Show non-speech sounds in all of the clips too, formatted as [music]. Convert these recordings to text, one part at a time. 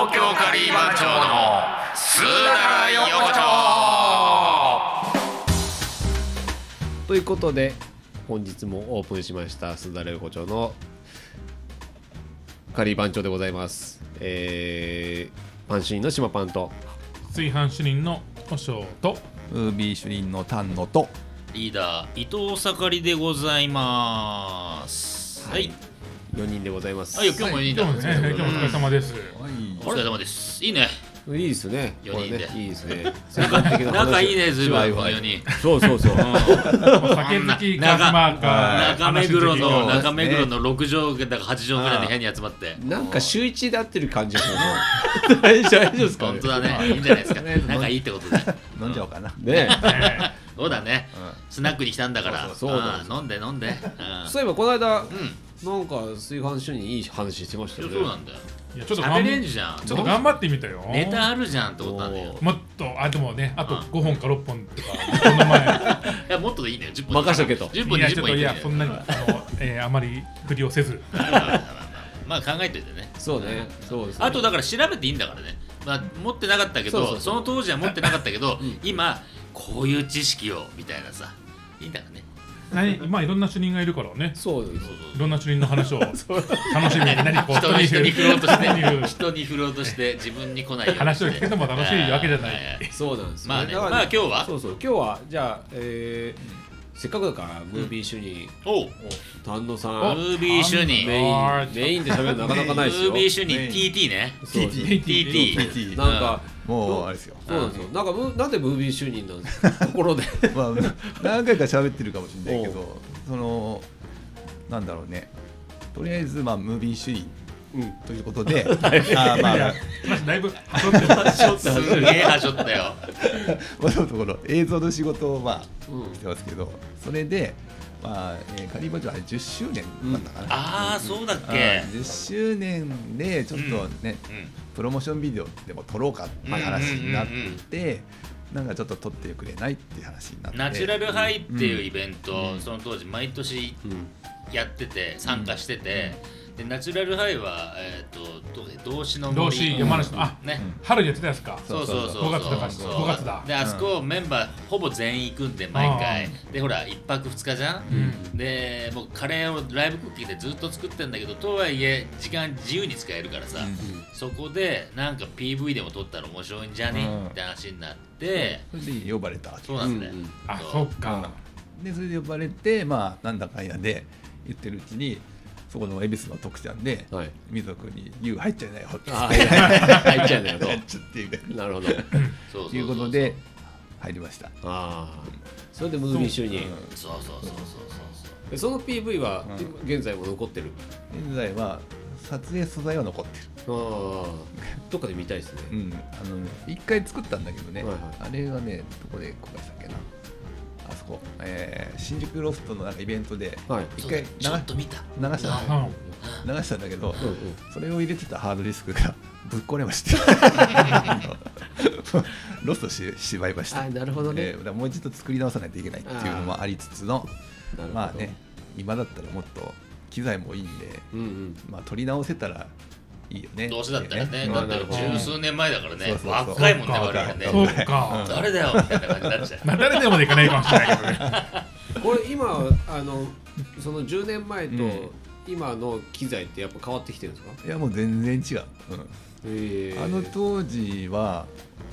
有馬町のスーダラ横丁ということで本日もオープンしましたすだれ横丁のカリー番長でございますえー、パンシーンの島パンと炊飯主任の和尚とムービー主任の丹野とリーダー伊藤盛りでございますはい、 4人でございます、はい、今日もリー今ダ日ーもね、今日もお疲れ様です。お疲れ様ですいいねいいですね四こ人れでねいいです [laughs] ね世界的な話仲いいねずいぶんこのはい4人そうそうそうもう酒好きカスマーカー、中目黒の話中目黒の6畳だか8畳ぐらいの部屋に集まってなんか週一で合ってる感じがする大丈夫 [laughs] 大丈夫ですか本当だねいいんじゃないですか仲いいってことで飲んじゃおうかな。ねの時の。そうだねスナックに来たんだからそうそうそうなんでうん飲んで飲んでうんそういえばこのん間、なんか炊飯所にいい話してましたよねそうなんだよいやちょっと喋頑れん張じゃんちょっと頑張ってみたよ。ネタあるじゃんってことなんだよもっとあでもねあとうん5本か6本とかこの前。 [laughs] いやもっとでいいんだよ10分任しとけと10分いでやち10ょっ分といいいんだやよそんなにあのえーあまり振りをせず。まあまあまあまあまあ考えといてねそうねそうですねあとだから調べていいんだからね、まあ、持ってなかったけどそそうそうそうの当時は持ってなかったけど、今こういう知識をみたいなさいいんだからね何まあいろんな主任がいるからね。そうですいろんな主任の話 [laughs] を楽しみに何こう人に人に振ろうとして人に振る人に振ろうとして自分に来ないようにして話を聞くのも楽しいわけじゃないははそうなんですよまあねだからまあ今日はそうそう今日はじゃあ、えー、せっかくだからムービー主任、おう丹野さムんービー主任ムメあインーメインで喋るのなかなかないですーよビー主任メイン TT ねそうそう TT TT なんか、もうあれですよ。そうなんですよなんかムなんでムービー主任なんですかところでまあ何回か喋ってるかもしれないけど、そのなんだろうね。とりあえずまあムービー主任うんというこ [laughs] とで、あーまあまあ話だいぶはしょってる。すげえはしょったよ元のところ映像の仕事をまあうんしてますけど、それでまあ、えー、カリーバジョンは10周年なんだかな。ああそうだっけ10周年でちょっとね、うんプロモーションビデオでも撮ろうかって話になって、なんかちょっと撮ってくれないっていう話になってナチュラルハイっていうイんベント、その当時毎年うんやってて参加してて、でナチュラルハイは、えー、とどう動詞の森同志山梨のあね、春やってたやつか。そうそうそう5月だからそう5月だであそこメンバーほぼ全員行くんで毎回でほら1泊2日じゃん、でもうカレーをライブクッキーでずっと作ってんだけどとはいえ時間自由に使えるからさ、そこでなんか PV でも撮ったら面白いんじゃね、うんって話になってそれで呼ばれたそうなんだよ、うんうんあそっか。でそれで呼ばれてまあなんだかんやで言ってるうちにそこの恵比寿の徳ちゃんで、はい水野君に「YOU 入っちゃいなよ」って [laughs] あ入っちゃうんだよ入っちゃってみたいとなるほどそうそうということで入りました。ああそれでムービー主任そうそうそうそうそうそうえその PV はうん今現在も残ってる現在は撮影素材は残ってるああどっかで見たいですねうん、あのね一回作ったんだけどね、はいはあれはねどこで公開したっけなあそこ、えー新宿ロフトのなんかイベントではい一回流ちょっと見た流したんうだよん。流したんだけうど、んうんそれを入れてたハードディスクが [laughs] ぶっ壊れましたロストしてしまいましたあなるほどねえーだからもう一度作り直さないといけないっていうのもありつつのなるほどまあね今だったらもっと機材もいいんで、うんうんまあ、撮り直せたらいいよねどうせだったらね、うんだって十数年前だからね、若いもんね、我々ね。そうか。誰だよみたいな感じになっちゃう。な誰でもでいかないかもしれないけどね。これ今あのその10年前とうん今の機材ってやっぱ変わってきてるんですか、いやもう全然違う、うんえあの当時は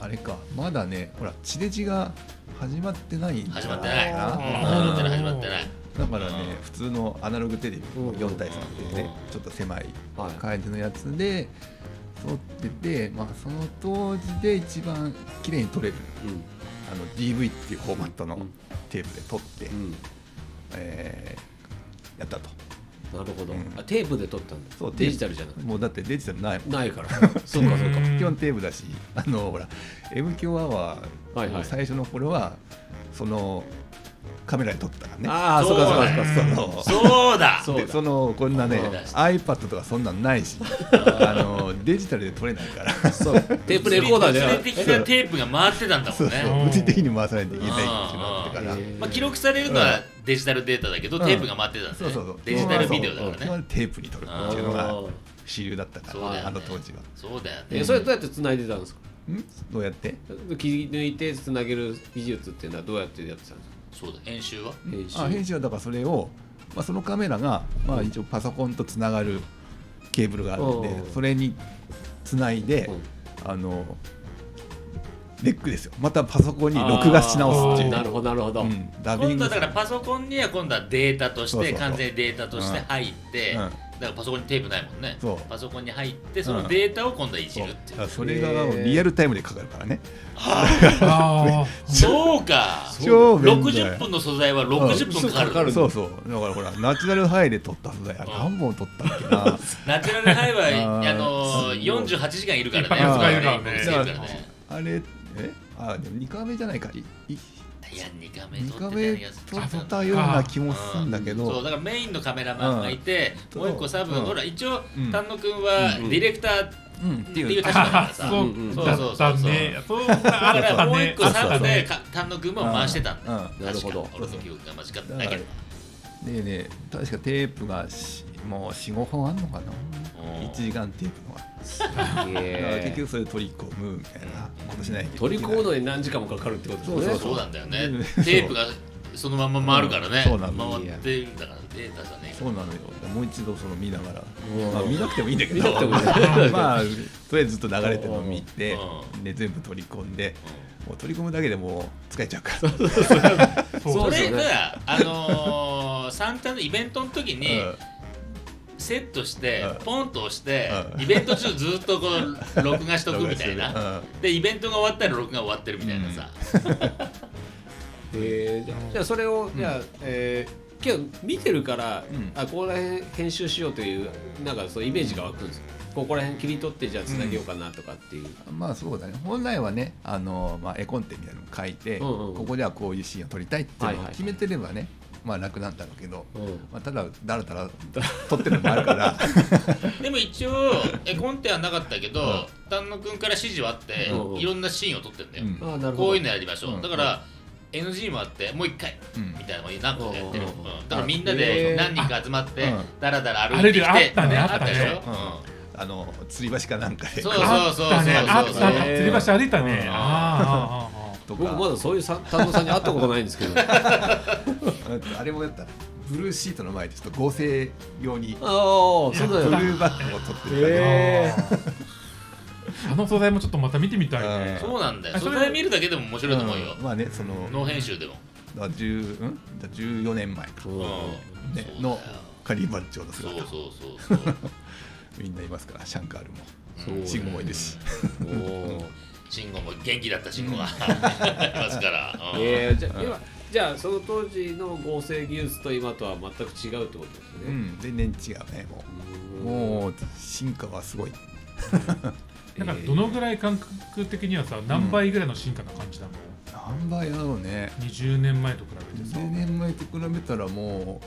あれかまだねほら地デジが始まってないんじゃ始まってない。か始まってない、始まってない。だからね普通のアナログテレビうん4対3でねちょっと狭いはい感じのやつで撮ってて、まあ、その当時で一番綺麗に撮れるうんあの DV っていうフォーマットのテープで撮って、うんえーやったとなるほど、うんあテープで撮ったんだそうデジタルじゃなくてもうだってデジタルないもんない [laughs] からそうかそうかうん基本テーブルだし、あのほら M 強アワはいはーいの最初の頃はそのカメラで撮ったからね。ああそうかそうかそうかそのそうだそうでだそのこんなね思い出した iPad とかそんなんないしあのデジタルで撮れない [laughs] からそそうテープレコーダーじゃな物理的なテープが回ってたんだもんうそうね。物理的に回さないといけないってなってからうんうんまあ記録されるのはデジタルデータだけど、うんテープが回ってたんそうだそねうそうデジタルビデオだそうかそらうね。テープに撮るっていうのが主流だったかそうだよら、ねあの当時は。そうだよねえそれどうやって繋いでたんですかんどうやって切り抜いて繋げる技術っていうのはどうやってやってたんですかそうだ演習は編集あ編集はだからそれを、まあ、そのカメラが、まあ、一応パソコンとつながるケーブルがあるのでうんそれにつないでうんあのレックですよまたパソコンに録画し直すっていうあーなるほどなるほど、うんダビ今ン度グはだからパソコンには今度はデータとそしうそうてそう完全にデータとして入ってうんだからパソコンにテープないもんねそうパソコンに入ってそのデータを今度はいじそうるっていだかうらそれがリアルタイムでかかるからねあそうか超便利だよ60分の素材は60分かかるそうそうだからほらナチュラルハイで撮ったんだよん何本撮ったっけなナチュラルハイはあーあのーす48時間いるからね一泊二日いるいからるからねねあれえあでも2カメじゃないかいいいや2カメ2撮カってメたやつ撮ったような気もするんだけど、そうだからメインのカメラマンがいて、うんもう一個サブ、うんほら一応、うん丹野くんはうんディレクターっうん、ってていういう立場だからあさ、そううんそうだそうっそたうそうねそうだだかっらたもうね一個サブあそうでか丹野くんも回してたんだよ、うんなる確ほかど俺の記憶が間違ってないけどでね確かテープがしもう45本あんのかなうん1時間テープのが、だからえ結局それ取り込むみたいなことしないといけな取いり込むのに何時間もかかるってことですねそうそうなんだよねうんテープがそのまんま回るからね、そうなんだ回ってるんだからデータじゃねえかそうなのよもう一度その見ながら、うんまあ、見なくてもいいんだけど見なくてもいいんだけどまあとりあえずずっと流れてるのを見てうで全部取り込んでうんもう取り込むだけでもう疲れちゃうからそそうですれよねが、あのー、サンタのイベントの時に、うんセットして、うんポンと押して、うんイベント中ずっとこう録画しとくみたい録な、画してでイベントが終わったら録画終わってるみたいなさ、えーじゃあじゃあそれをじゃあ、えー今日見てるから、うんあここら辺編集しようというなんかそうイメージが湧くんですここら辺切り取ってじゃあつなげようかなとかっていう、まあそうだね本来はねあの、まあ、絵コンテみたいなのを書いて、うんうんうんここではこういうシーンを撮りたいっていうのはいをはい決めてればね、まあ楽なんだろうけど、うんまあ、ただだらだら撮ってるのもあるから [laughs] でも一応絵コンテはなかったけど、丹野くんから指示はあって、うんいろんなシーンを撮ってんだよ、うんあーなるほどこういうのやりましょう、うんだから、NG もあってもう一回、うんみたいなのを何個かやってる、ううんんだからみんなで何人か集まって、へーだらだら歩いてきてあれあったねうんあったねでしょ、うんあの吊り橋かなんかでそうあったねあったそうそうそう吊り橋歩いたねうんあーあーあーあーと僕かまだそういうさ担当さんに会ったことないんですけ [laughs] どあうんあれもやったブルーシートの前でちょっと合成用にあそうブだルよねーバックを撮ってるから、へあの素材もちょっとまた見てみたいねうんそうなんだよあそそれれ見るだけでも面白いと思うよ、うんまあねそのノー編集でも、だ10んだ14年前か、うんうんねそうだよのカリーバン長のそうそ姿うそうそうみんないますからシャンカールもそうチンゴもいるし。おー慎吾も元気だった慎吾がい [laughs] ますから、うんえーじゃあ今じゃあその当時の合成技術と今とは全く違うってことですうね、ん、全然違うねもうもう進化はすごいなんかどのぐらい感覚的にはさ何倍ぐらいの進化な感じなの何倍だろうね20年前と比べてさ10年前と比べたらもう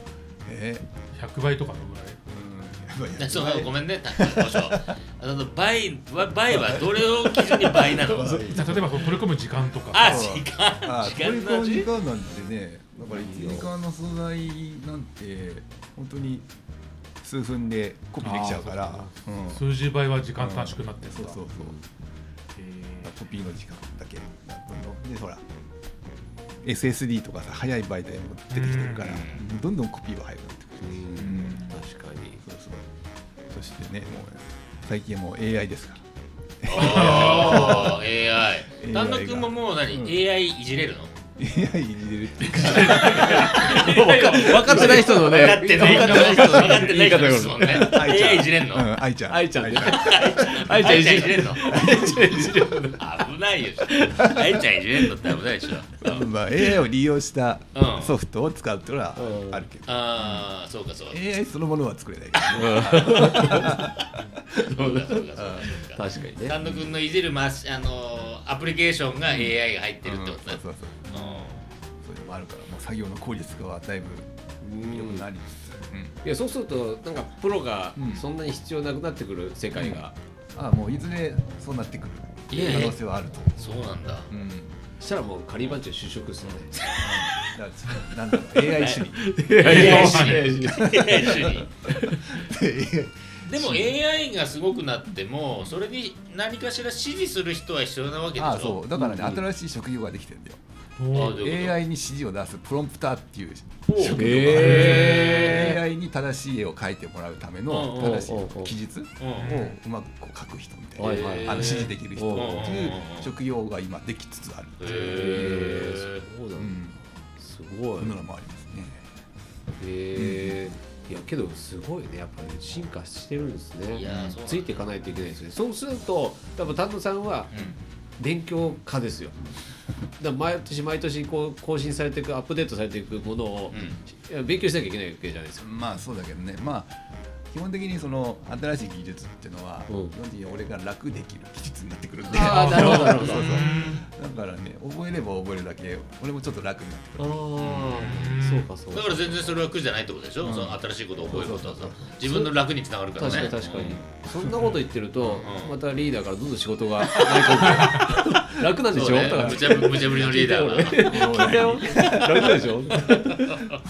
え100倍とかのぐらいうんやばいやばいそうごめんね、高橋あの倍は倍はどれを基準に倍なのじゃあ例えばこう取り込む時間とかあ、そう時間、あ時トリ間コのン時時間なんてねだから1時間の素材なんて本当に数分でコピーできちゃうからあうん数十倍は時間短縮になってさそうそうそうへコピーの時間だけだったのでほら SSD とかさ早い媒体も出てきてるかうらどんどんコピーは早くなってくるううんん確かにそうそうそしてねもう最近はもう AI ですからおー AI が丹野くんももう何、うん AI いじれるの AI 入れる [laughs] っていうか分かってない人のね分かってない人分分かってない人のかってない人の質問ね AI ちゃん AI いじれんの、うん愛ちゃん愛ちゃんねあいちゃんいじるれんの危ないよ。あいちゃんいじれんのって危ないでしょ。うんまあ AI を利用したうんソフトを使うっていうのはあるけどああ、そうかそうか。 AI そのものは作れないけどねそうかそうかそう確か。かにね丹野くんのいじるマシあのーアプリケーションが AI が入ってるってそことうそねう。そううんそういうのもあるからもう作業の効率化はだいぶ良くなりつつうんいやそうするとなんかプロがうんそんなに必要なくなってくる世界が、あもういずれそうなってくるええ可能性はあると思そうなんだ。う、うん、だそしたらもうカリーバンチュ就職するねからちょっとな [laughs] んだろう AI 主義 AI 主主義。AI 主義。ででも AI がすごくなってもそれに何かしら支持する人は必要なわけでしょ [laughs] ああそうだからね、うんうん新しい職業ができてるんだよあおどういうこと AI に指示を出すプロンプターっていう職業へ AI に正しい絵を描いてもらうためうのんうん正しい記述をうんうまくこう描く人みたいな、はいはいあの指示できる人うんっていう職業が今できつつある、へえーそうだうねん、すごそいんなのもありますねへえいやけどすごいねやっぱり進化してるんですねいやーそうなんだついていかないといけないですねそうすると多分丹野さんは勉強家ですよだから毎年毎年こう更新されていくアップデートされていくものをうん、うんいや勉強しなきゃいけないわけじゃないですかまあそうだけどねまあ基本的にその新しい技術っていうのは、うん基本的に俺が楽できる技術になってくるんであーなるほどなるほどそうそうだからね覚えれば覚えるだけ俺もちょっと楽になってくあるあそうかそうだから全然それは苦じゃないってことでしょ、うんその新しいことを覚えることはさそうそう自分の楽につながるから確ねかに確かに、そんなこと言ってると、うんまたリーダーからどんどん仕事が舞い [laughs] 込んで [laughs] 楽なんでしょ、だから無茶ぶ無茶ぶりのリーダーが聞いたよ楽なんでしょ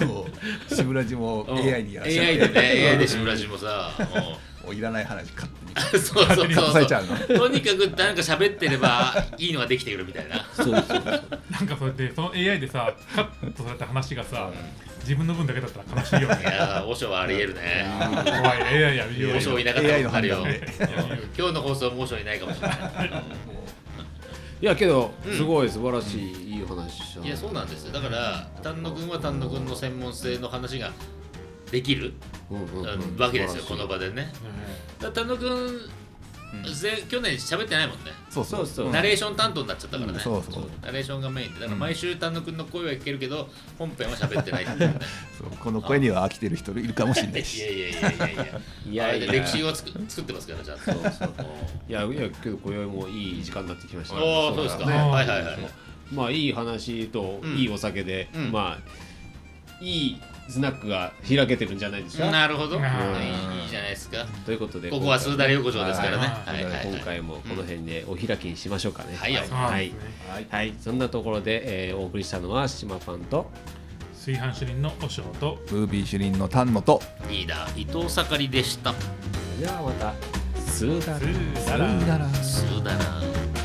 そう志村寺も AI にやらせ AI でね AI で志村氏もさうもういらない話 [laughs] 勝手にんそうそうそう抑そえうちゃうのとにかくなんか喋ってればいいのができてくるみたい [laughs] な [laughs] そうそうそうなんかそうやってその AI でさカットされた話がさ自分の分だけだったら悲しいよいねやー和尚はありえるね怖い AI やるよ和尚いなかったこ AI のとある判よ断で今日の放送も和尚いないかもしれないいやけどうんすごい素晴らしい、いいお話じゃんいやそうなんですよだから丹野くんは丹野くんの専門性の話ができるうんうんうんわけですよ素こ晴らのし場いでねうだから丹野くんうんぜ去年喋ってないもんねそうそうそうそうナレーション担当になっちゃったからね、そうそうナレーションがメインでだから毎週丹野くんの声は聞けるけど本編は喋ってないっていう [laughs] ねそうこの声には飽きてる人いるかもしれないいやしいやいやいやいや [laughs] いやいやあれで歴史を作作ってますからちゃんとそうそういやいやけど今宵もいい時間になってきましたねおおそうですか、だねはいはいはいまあいい話とうんいいお酒で、うんまあいいスナックが開けてるんじゃないですか、なるほど、うんいいいいじゃないですかということでここはスーダリ横丁ですからね今は回いははいはい今回もこの辺でお開きにしましょうかね、はいはい、んそうなんはでいすねはいはいそんなところで、えーお送りしたのは島パンと炊飯主任の和尚とムービー主任の丹野とリーダー伊藤盛りでしたではまたスーダスーダさラよならスーダラー